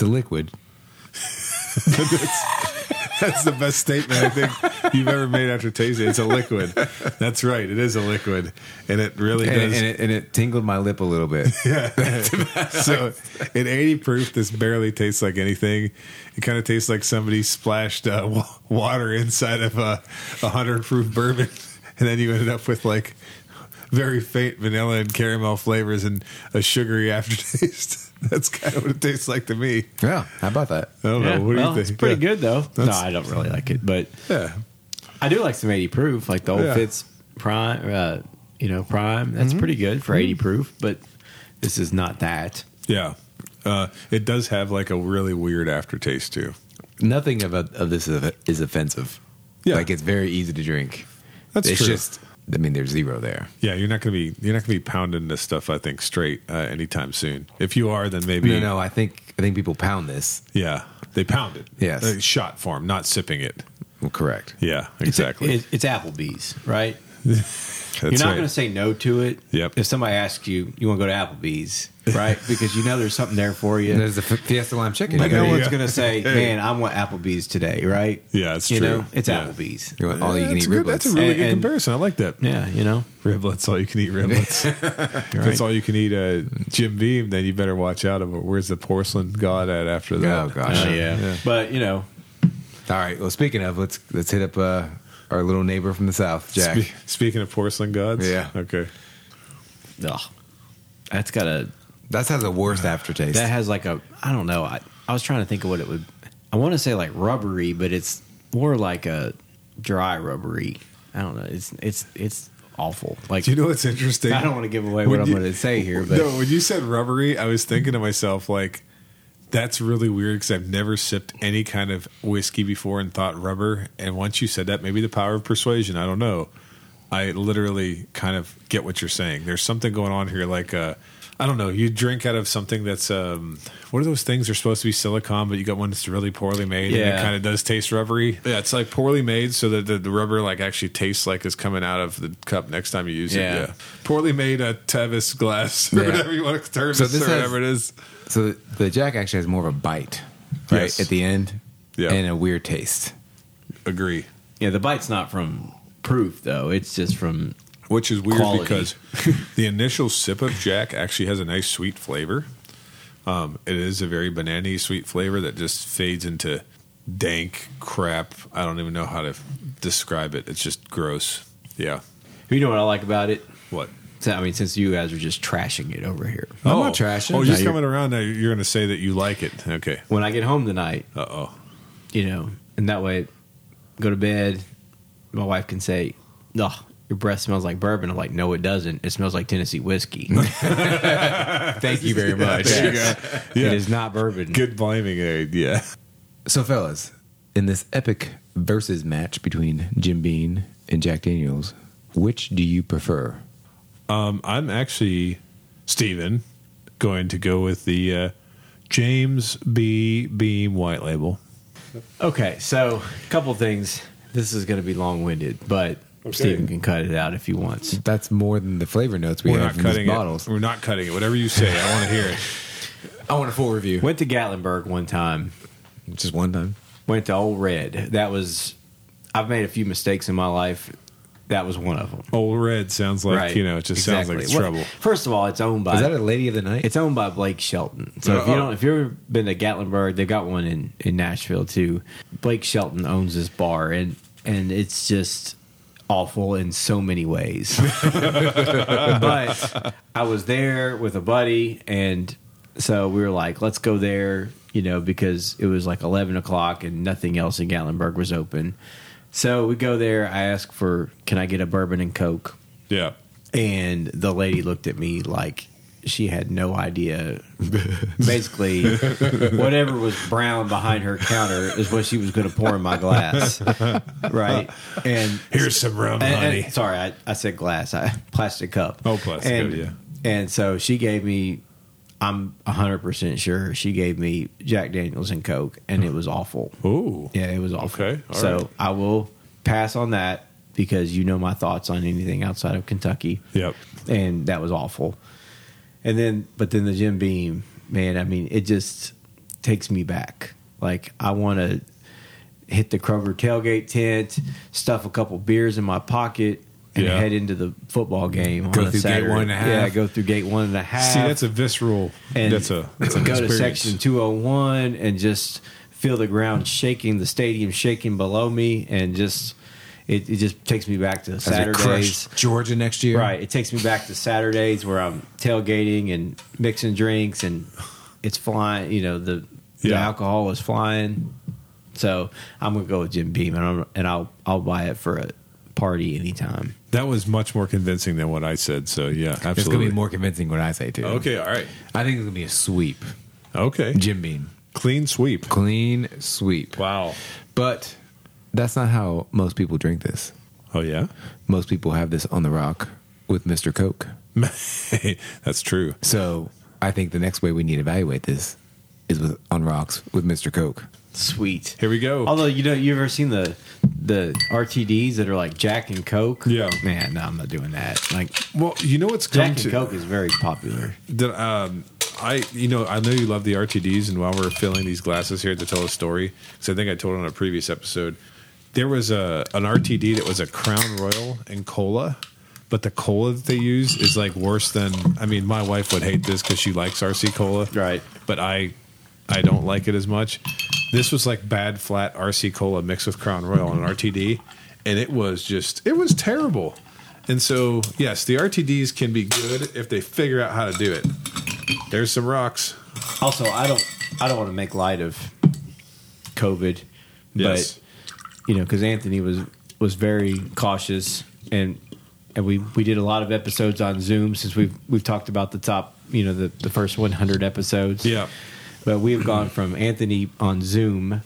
Speaker 3: a liquid.
Speaker 2: That's the best statement I think you've ever made after tasting. It's a liquid. That's right. It is a liquid, and it really
Speaker 3: And, it, and, it, and it tingled my lip a little bit.
Speaker 2: so at 80 proof, this barely tastes like anything. It kind of tastes like somebody splashed uh, wa- water inside of a 100 proof bourbon, and then you ended up with like very faint vanilla and caramel flavors and a sugary aftertaste. That's kind of what it tastes like to me.
Speaker 3: yeah, how about that?
Speaker 2: I don't
Speaker 1: Yeah,
Speaker 2: know. What do
Speaker 1: well,
Speaker 2: you
Speaker 1: It's
Speaker 2: think?
Speaker 1: pretty
Speaker 2: Yeah.
Speaker 1: good though. no,
Speaker 2: That's-
Speaker 1: I don't really like it, but
Speaker 2: Yeah.
Speaker 1: I do like some eighty proof, like the old
Speaker 2: Yeah. Mm-hmm.
Speaker 1: Fitz Prime. Uh, you know, Prime. That's pretty good for eighty proof, but this is not that.
Speaker 2: Yeah. Uh, it does have like a really weird aftertaste too.
Speaker 3: Nothing of, of this is, is offensive.
Speaker 2: Yeah.
Speaker 3: Like it's very easy to drink.
Speaker 2: That's
Speaker 3: it's
Speaker 2: true.
Speaker 3: just, I mean, there's zero there.
Speaker 2: Yeah, you're not gonna be you're not gonna be pounding this stuff. I think straight uh, anytime soon. If you are, then maybe
Speaker 3: No, no, I think I think people pound this.
Speaker 2: Yeah, they pound it.
Speaker 3: Yes.
Speaker 2: Uh, shot form, not sipping it.
Speaker 3: Well, correct.
Speaker 2: Yeah,
Speaker 1: It's-
Speaker 2: exactly.
Speaker 1: it's- it's Applebee's, right?
Speaker 2: That's
Speaker 1: you're not
Speaker 2: right.
Speaker 1: going to say no to it.
Speaker 2: Yep.
Speaker 1: If somebody asks you, you want to go to Applebee's, right? because you know there's something there for you.
Speaker 3: There's the F- Fiesta Lime Chicken.
Speaker 1: but
Speaker 3: You
Speaker 1: no
Speaker 3: gotta-
Speaker 1: one's
Speaker 2: go.
Speaker 1: going to say, "Man, I want Applebee's today," right?
Speaker 2: Yeah, it's
Speaker 1: you
Speaker 2: true.
Speaker 1: Know, it's
Speaker 2: Yeah.
Speaker 1: Applebee's.
Speaker 3: you want all you can eat
Speaker 2: that's a good- That's a
Speaker 3: riblets.
Speaker 2: really
Speaker 1: And-
Speaker 2: good
Speaker 1: and-
Speaker 2: comparison. I like that.
Speaker 1: Yeah, you know.
Speaker 2: Riblets, all you can eat riblets. That's all you can eat. Uh, Jim Beam. Then you better watch out. Of where's the porcelain god at after that?
Speaker 3: Oh, gosh.
Speaker 1: Uh, yeah. But you know,
Speaker 3: All right. Well, speaking of, let's let's hit up uh, our little neighbor from the south, Jack.
Speaker 2: Spe- speaking of porcelain gods.
Speaker 3: Yeah.
Speaker 2: Okay.
Speaker 1: ugh, that's got a
Speaker 3: That has the worst aftertaste.
Speaker 1: that has like a I don't know. I I was trying to think of what it would. I want to say like rubbery, but it's more like a dry rubbery. I don't know. It's it's it's awful. Like
Speaker 2: Do you know what's interesting?
Speaker 1: I don't want to give away what
Speaker 2: When
Speaker 1: I'm
Speaker 2: you-
Speaker 1: going to say here, but
Speaker 2: No, when you said rubbery, I was thinking to myself like That's really weird because I've never sipped any kind of whiskey before and thought rubber. And once you said that, maybe the power of persuasion, I don't know. I literally kind of get what you're saying. There's something going on here, like uh, I don't know. You drink out of something that's um, what are those things? They're supposed to be silicone, but you got one that's really poorly made, and
Speaker 1: Yeah.
Speaker 2: it kind of does taste rubbery. Yeah, it's like poorly made, so that the, the rubber like actually tastes like it's coming out of the cup next time you use
Speaker 1: Yeah.
Speaker 2: it. Yeah, poorly made uh, Tevis glass or
Speaker 3: Yeah.
Speaker 2: whatever you want to term
Speaker 3: So
Speaker 2: this
Speaker 3: this
Speaker 2: or
Speaker 3: has-
Speaker 2: whatever it is.
Speaker 3: So the Jack actually has more of a bite, right
Speaker 2: Yes.
Speaker 3: at the end,
Speaker 2: Yeah.
Speaker 3: and a weird taste.
Speaker 2: Agree.
Speaker 1: Yeah, the bite's not from proof though. It's just from
Speaker 2: Which is weird
Speaker 1: Quality.
Speaker 2: because the initial sip of Jack actually has a nice sweet flavor. Um, it is a very banana sweet flavor that just fades into dank crap. I don't even know how to describe it. It's just gross. Yeah.
Speaker 1: you know what I like about it.
Speaker 2: What?
Speaker 1: So, I mean, since you guys are just trashing it over here.
Speaker 3: I'm not trashing.
Speaker 2: Oh, you're
Speaker 1: No, you're-
Speaker 2: coming around now. You're going to say that you like it. Okay.
Speaker 1: When I get home tonight,
Speaker 2: Uh oh.
Speaker 1: you know, and that way, go to bed. My wife can say, "No, your breath smells like bourbon." I'm like, "No, it doesn't. It smells like Tennessee whiskey.
Speaker 3: Thank you very much.
Speaker 1: It
Speaker 2: Yeah.
Speaker 1: is not bourbon."
Speaker 2: Good blaming aid. Yeah.
Speaker 3: So, fellas, in this epic versus match between Jim Bean and Jack Daniels, which do you prefer?
Speaker 2: Um, I'm actually Steven going to go with the uh, James B. Beam White Label.
Speaker 1: Okay, so a couple things. This is going to be long-winded, but Steven can cut it out if he wants.
Speaker 3: That's more than the flavor notes we
Speaker 2: We're
Speaker 3: have in
Speaker 2: not
Speaker 3: these
Speaker 2: cutting
Speaker 3: bottles.
Speaker 2: it. We're not cutting it. Whatever you say, I want to hear it.
Speaker 3: I want a full review.
Speaker 1: Went to Gatlinburg one time.
Speaker 3: Just one time.
Speaker 1: Went to Old Red. That was. I've made a few mistakes in my life. That was one of them.
Speaker 2: Old Red sounds like you know. It just sounds like
Speaker 1: Exactly.
Speaker 2: it's
Speaker 1: Well,
Speaker 2: trouble.
Speaker 1: First of all, it's owned by
Speaker 3: Is that a lady of the night?
Speaker 1: It's owned by Blake Shelton. So if you
Speaker 2: Uh-oh.
Speaker 1: don't, if you've ever been to Gatlinburg, they've got one in in Nashville too. Blake Shelton owns this bar, and and it's just awful in so many ways. but I was there with a buddy, and so we were like, let's go there, you know, because it was like eleven o'clock and nothing else in Gatlinburg was open. So we go there. I ask for, can I get a bourbon and coke?
Speaker 2: Yeah.
Speaker 1: and the lady looked at me like she had no idea. Basically, whatever was brown behind her counter is what she was going to pour in my glass, right? And
Speaker 2: Here's some rum,
Speaker 1: and- and-
Speaker 2: honey.
Speaker 1: sorry, I, I said glass, I plastic cup.
Speaker 2: Oh, plastic
Speaker 1: and,
Speaker 2: cup, yeah.
Speaker 1: And so she gave me. I'm 100 percent sure she gave me Jack Daniels and Coke, and it was awful.
Speaker 2: Ooh.
Speaker 1: Yeah, it was awful.
Speaker 2: Okay, all
Speaker 1: so
Speaker 2: right.
Speaker 1: I will pass on that because you know my thoughts on anything outside of Kentucky.
Speaker 2: Yep.
Speaker 1: And that was awful. And then, but then the Jim Beam, man, I mean, it just takes me back. Like, I want to hit the Kroger tailgate tent, stuff a couple beers in my pocket, and
Speaker 2: Yeah.
Speaker 1: head into the football game
Speaker 3: Go
Speaker 1: on a
Speaker 3: through gate
Speaker 1: Saturday.
Speaker 3: one and a half.
Speaker 1: Yeah, go through gate one and a half
Speaker 2: See, that's a visceral.
Speaker 1: and
Speaker 2: that's a that's an
Speaker 1: go to
Speaker 2: experience.
Speaker 1: section 201 and just feel the ground shaking, the stadium shaking below me, and just it, it just takes me back to
Speaker 3: As it
Speaker 1: Saturdays.
Speaker 3: crushed Georgia next year.
Speaker 1: Right, it takes me back to Saturdays where I'm tailgating and mixing drinks, and it's flying. You know the, the
Speaker 2: Yeah.
Speaker 1: alcohol is flying. So I'm gonna go with Jim Beam, and, I'm, and I'll I'll buy it for a party anytime.
Speaker 2: That was much more convincing than what I said. So yeah, absolutely.
Speaker 3: It's going to be more convincing when I say too.
Speaker 2: Okay. All right.
Speaker 3: I think it's going to be a sweep.
Speaker 2: Okay.
Speaker 3: Jim Bean.
Speaker 2: Clean sweep.
Speaker 3: Clean sweep.
Speaker 2: Wow.
Speaker 3: But that's not how most people drink this.
Speaker 2: Oh yeah.
Speaker 3: Most people have this on the rock with Mr. Coke.
Speaker 2: that's true.
Speaker 3: So I think the next way we need to evaluate this is with on rocks with Mr. Coke.
Speaker 1: Sweet.
Speaker 2: Here we go.
Speaker 1: Although you know, you ever seen the the RTDs that are like Jack and Coke?
Speaker 2: Yeah.
Speaker 1: man, no, I'm not doing that. Like
Speaker 2: well, you know what's
Speaker 1: Jack
Speaker 2: come
Speaker 1: and
Speaker 2: to
Speaker 1: Coke is very popular.
Speaker 2: Did, um, I, you know, I know you love the RTDs, and while we're filling these glasses here to tell a story, because I think I told it on a previous episode, there was a an RTD that was a Crown Royal and cola, but the cola that they use is like worse than. I mean, my wife would hate this because she likes RC cola,
Speaker 1: Right.
Speaker 2: But I, I don't like it as much. This was like bad flat RC cola mixed with Crown Royal on an RTD, and it was just it was terrible. And so, yes, the RTDs can be good if they figure out how to do it. There's some rocks.
Speaker 1: Also, I don't I don't want to make light of COVID,
Speaker 2: Yes.
Speaker 1: but you know, because Anthony was was very cautious, and and we we did a lot of episodes on Zoom since we've we've talked about the top you know the the first 100 episodes.
Speaker 2: Yeah.
Speaker 1: But we have gone from Anthony on Zoom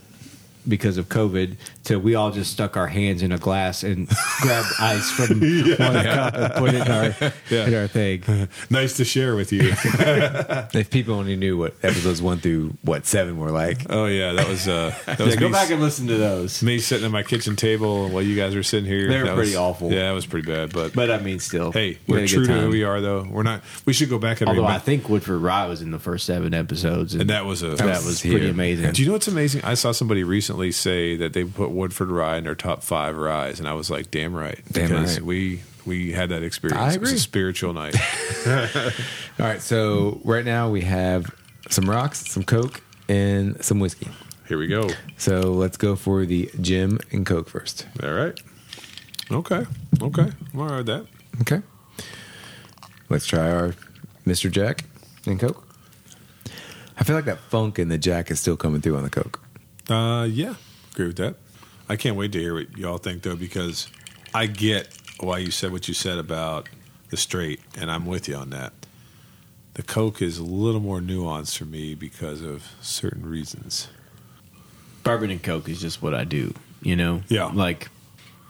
Speaker 1: because of COVID to we all just stuck our hands in a glass and grabbed ice from one cup and put it in our,
Speaker 2: Yeah.
Speaker 1: in our thing.
Speaker 2: Nice to share with you.
Speaker 3: If people only knew what episodes one through what seven were like,
Speaker 2: oh yeah, that was uh, that was
Speaker 1: Yeah, go
Speaker 2: me-
Speaker 1: back and listen to those.
Speaker 2: me sitting at my kitchen table while you guys were sitting here.
Speaker 1: They were
Speaker 2: That
Speaker 1: pretty
Speaker 2: was-
Speaker 1: awful.
Speaker 2: Yeah, it was pretty bad. But,
Speaker 1: But I mean, still,
Speaker 2: hey,
Speaker 1: we
Speaker 2: we're
Speaker 1: had a good
Speaker 2: true to who
Speaker 1: time.
Speaker 2: we are, though. We're not. We should go back and
Speaker 1: Although I
Speaker 2: remember.
Speaker 1: think Woodford Rye was in the first seven episodes, and,
Speaker 2: and
Speaker 1: that,
Speaker 2: that was a.
Speaker 1: was, pretty
Speaker 3: here.
Speaker 1: amazing.
Speaker 2: do you know what's amazing? I saw somebody recently say that they put Woodford Rye in their top five ryes, and I was like, "Damn right!"
Speaker 3: Damn
Speaker 2: because
Speaker 3: right.
Speaker 2: We we had that experience.
Speaker 3: I
Speaker 2: It was a
Speaker 3: agree.
Speaker 2: spiritual night.
Speaker 3: All right, so right now we have some rocks, some Coke, and some whiskey.
Speaker 2: Here we go.
Speaker 3: So let's go for the Jim and Coke first.
Speaker 2: All right. Okay. Okay. I'm all right with that.
Speaker 3: Okay. Let's try our Mr. Jack and Coke. I feel like that funk in the Jack is still coming through on the Coke.
Speaker 2: Uh, yeah, agree with that. I can't wait to hear what y'all think though, because I get why you said what you said about the straight, and I'm with you on that. The Coke is a little more nuanced for me because of certain reasons.
Speaker 1: bourbon and coke is just what I do, you know.
Speaker 2: Yeah.
Speaker 1: Like,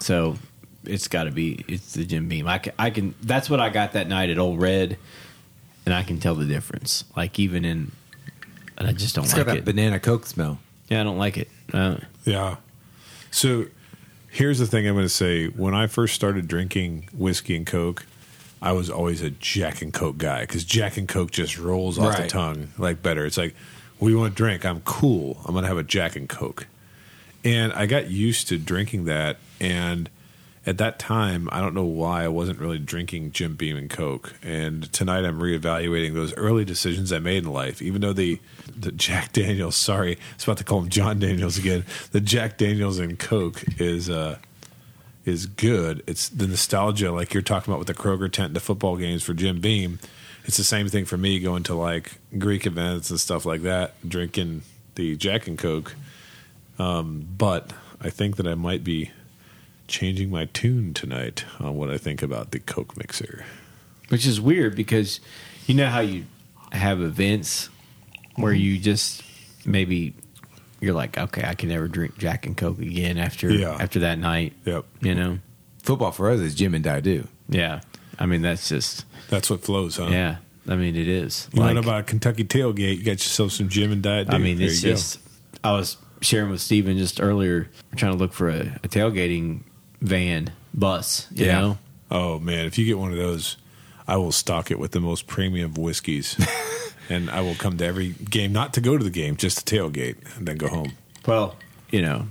Speaker 1: so it's got to be it's the Jim Beam. I can, I can. That's what I got that night at Old Red, and I can tell the difference. Like even in, and I just don't
Speaker 3: It's
Speaker 1: like
Speaker 3: got that
Speaker 1: it.
Speaker 3: banana Coke smell.
Speaker 1: yeah, I don't like it. Uh,
Speaker 2: Yeah. So here's the thing I'm going to say. When I first started drinking whiskey and Coke, I was always a Jack and Coke guy because Jack and Coke just rolls off the
Speaker 3: Right.
Speaker 2: tongue like better. It's like, what do you want to drink? I'm cool. I'm going to have a Jack and Coke. And I got used to drinking that. And at that time, I don't know why I wasn't really drinking Jim Beam and Coke. And tonight I'm reevaluating those early decisions I made in life, even though the, the Jack Daniels, sorry, I was about to call him John Daniels again. The Jack Daniels and Coke is, uh, is good. It's the nostalgia, like you're talking about with the Kroger tent and the football games for Jim Beam. It's the same thing for me going to like Greek events and stuff like that, drinking the Jack and Coke. Um, but I think that I might be changing my tune tonight on what I think about the Coke mixer.
Speaker 1: which is weird because you know how you have events where you just maybe you're like, okay, I can never drink Jack and Coke again after
Speaker 2: Yeah.
Speaker 1: after that night.
Speaker 2: Yep.
Speaker 1: You know.
Speaker 3: Football for us is Jim and Daidu.
Speaker 1: Yeah. I mean, that's just
Speaker 2: That's what flows, huh?
Speaker 1: yeah. I mean, it is.
Speaker 2: Uh. You
Speaker 1: Like,
Speaker 2: learn about a Kentucky tailgate, you got yourself some Jim and Diet Dude.
Speaker 1: I mean,
Speaker 2: There
Speaker 1: it's
Speaker 2: you go.
Speaker 1: just. I was sharing with Steven just earlier. We're trying to look for a, a tailgating van bus. You
Speaker 3: Yeah.
Speaker 1: know.
Speaker 2: Oh man, if you get one of those, I will stock it with the most premium whiskeys, and I will come to every game, not to go to the game, just to tailgate and then go home.
Speaker 1: Well, you know,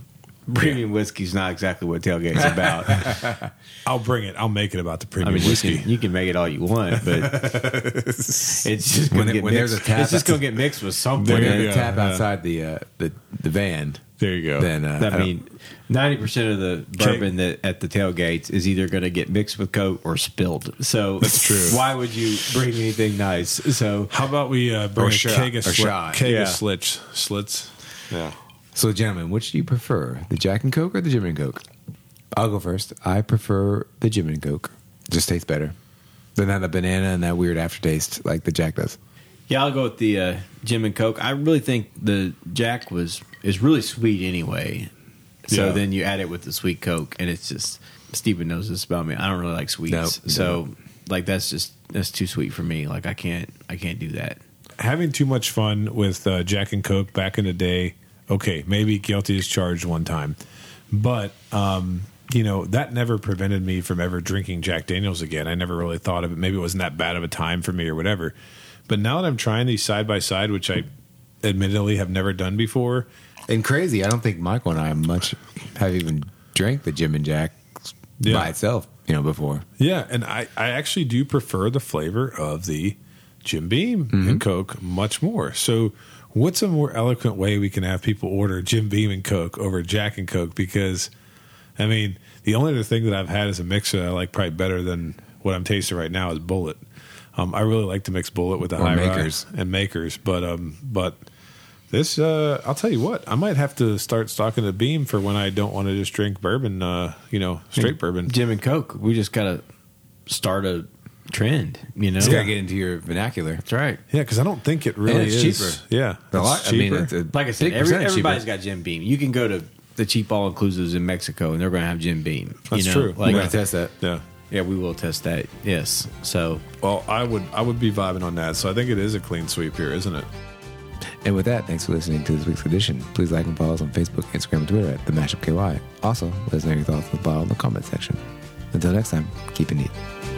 Speaker 1: premium whiskey's not exactly what tailgating's about.
Speaker 2: I'll bring it. I'll make it about the
Speaker 1: I
Speaker 2: premium
Speaker 1: mean, you
Speaker 2: whiskey.
Speaker 1: can, you can make it all you want, but it's just
Speaker 3: When
Speaker 1: gonna
Speaker 3: it-
Speaker 1: get
Speaker 3: when there's
Speaker 1: mixed.
Speaker 3: a tap-
Speaker 1: It's just gonna get mixed with something.
Speaker 3: When
Speaker 2: There
Speaker 3: they
Speaker 2: you go,
Speaker 3: tap
Speaker 2: yeah.
Speaker 3: outside the, uh, the the van,
Speaker 2: there you go.
Speaker 3: then uh,
Speaker 1: I
Speaker 3: don't-
Speaker 1: mean, ninety percent of the bourbon that at the tailgates is either going to get mixed with coke or spilled. So
Speaker 2: That's true.
Speaker 1: Why would you bring anything nice? So
Speaker 2: How about we uh, bring a
Speaker 3: shot.
Speaker 2: keg of,
Speaker 3: Or
Speaker 2: sli-
Speaker 3: shot.
Speaker 2: keg
Speaker 1: Yeah.
Speaker 2: of slits? Slits. Yeah.
Speaker 3: So, gentlemen, which do you prefer, the Jack and Coke or the Jim and Coke? I'll go first. I prefer the Jim and Coke. Just tastes better than that the banana and that weird aftertaste like the Jack does.
Speaker 1: Yeah, I'll go with the uh, Jim and Coke. I really think the Jack was is really sweet anyway. So
Speaker 2: Yeah.
Speaker 1: then you add it with the sweet Coke, and it's just Steven knows this about me. I don't really like sweets,
Speaker 3: Nope.
Speaker 1: so like that's just that's too sweet for me. Like I can't I can't do that.
Speaker 2: having too much fun with uh, Jack and Coke back in the day. Okay, maybe guilty as charged one time, but um, you know that never prevented me from ever drinking Jack Daniels again. I never really thought of it. Maybe it wasn't that bad of a time for me or whatever. But now that I'm trying these side by side, which I admittedly have never done before,
Speaker 3: And crazy, I don't think Michael and I much have even drank the Jim and Jack
Speaker 2: Yeah.
Speaker 3: by itself, you know, before.
Speaker 2: Yeah, and I, I actually do prefer the flavor of the Jim Beam
Speaker 3: Mm-hmm.
Speaker 2: and Coke much more. So, what's a more eloquent way we can have people order Jim Beam and Coke over Jack and Coke? Because, I mean, the only other thing that I've had as a mixer that I like probably better than what I'm tasting right now is Bullet. Um, I really like to mix Bullet with the
Speaker 3: Or
Speaker 2: high
Speaker 3: Makers.
Speaker 2: makers and makers, but um, but this uh, I'll tell you what, I might have to start stocking the Beam for when I don't want to
Speaker 3: Hmm.
Speaker 2: just drink bourbon, uh, you know, straight bourbon.
Speaker 1: Jim and Coke. We just gotta start a trend. You know,
Speaker 3: Just gotta get into your vernacular.
Speaker 1: that's right.
Speaker 2: Yeah, because I don't think it really
Speaker 3: it's
Speaker 2: is.
Speaker 3: cheaper.
Speaker 2: Yeah,
Speaker 3: A
Speaker 2: it's
Speaker 3: lot- I mean,
Speaker 2: cheaper.
Speaker 3: it's a
Speaker 1: Like I said,
Speaker 3: big
Speaker 1: every,
Speaker 3: percentage cheaper.
Speaker 1: everybody's got Jim Beam. You can go to the cheap all inclusives in Mexico, and they're going to have Jim Beam.
Speaker 2: That's
Speaker 1: you know?
Speaker 2: true.
Speaker 1: Like,
Speaker 3: We're gonna test that.
Speaker 2: yeah.
Speaker 1: yeah, we will test that. Yes. So
Speaker 2: Well, I would I would be vibing on that. So I think it is a clean sweep here, isn't it?
Speaker 3: And with that, thanks for listening to this week's edition. Please like and follow us on Facebook, Instagram, and Twitter at the Mashup KY. Also, let us know your thoughts in the bottom of the comment section. Until next time, keep it neat.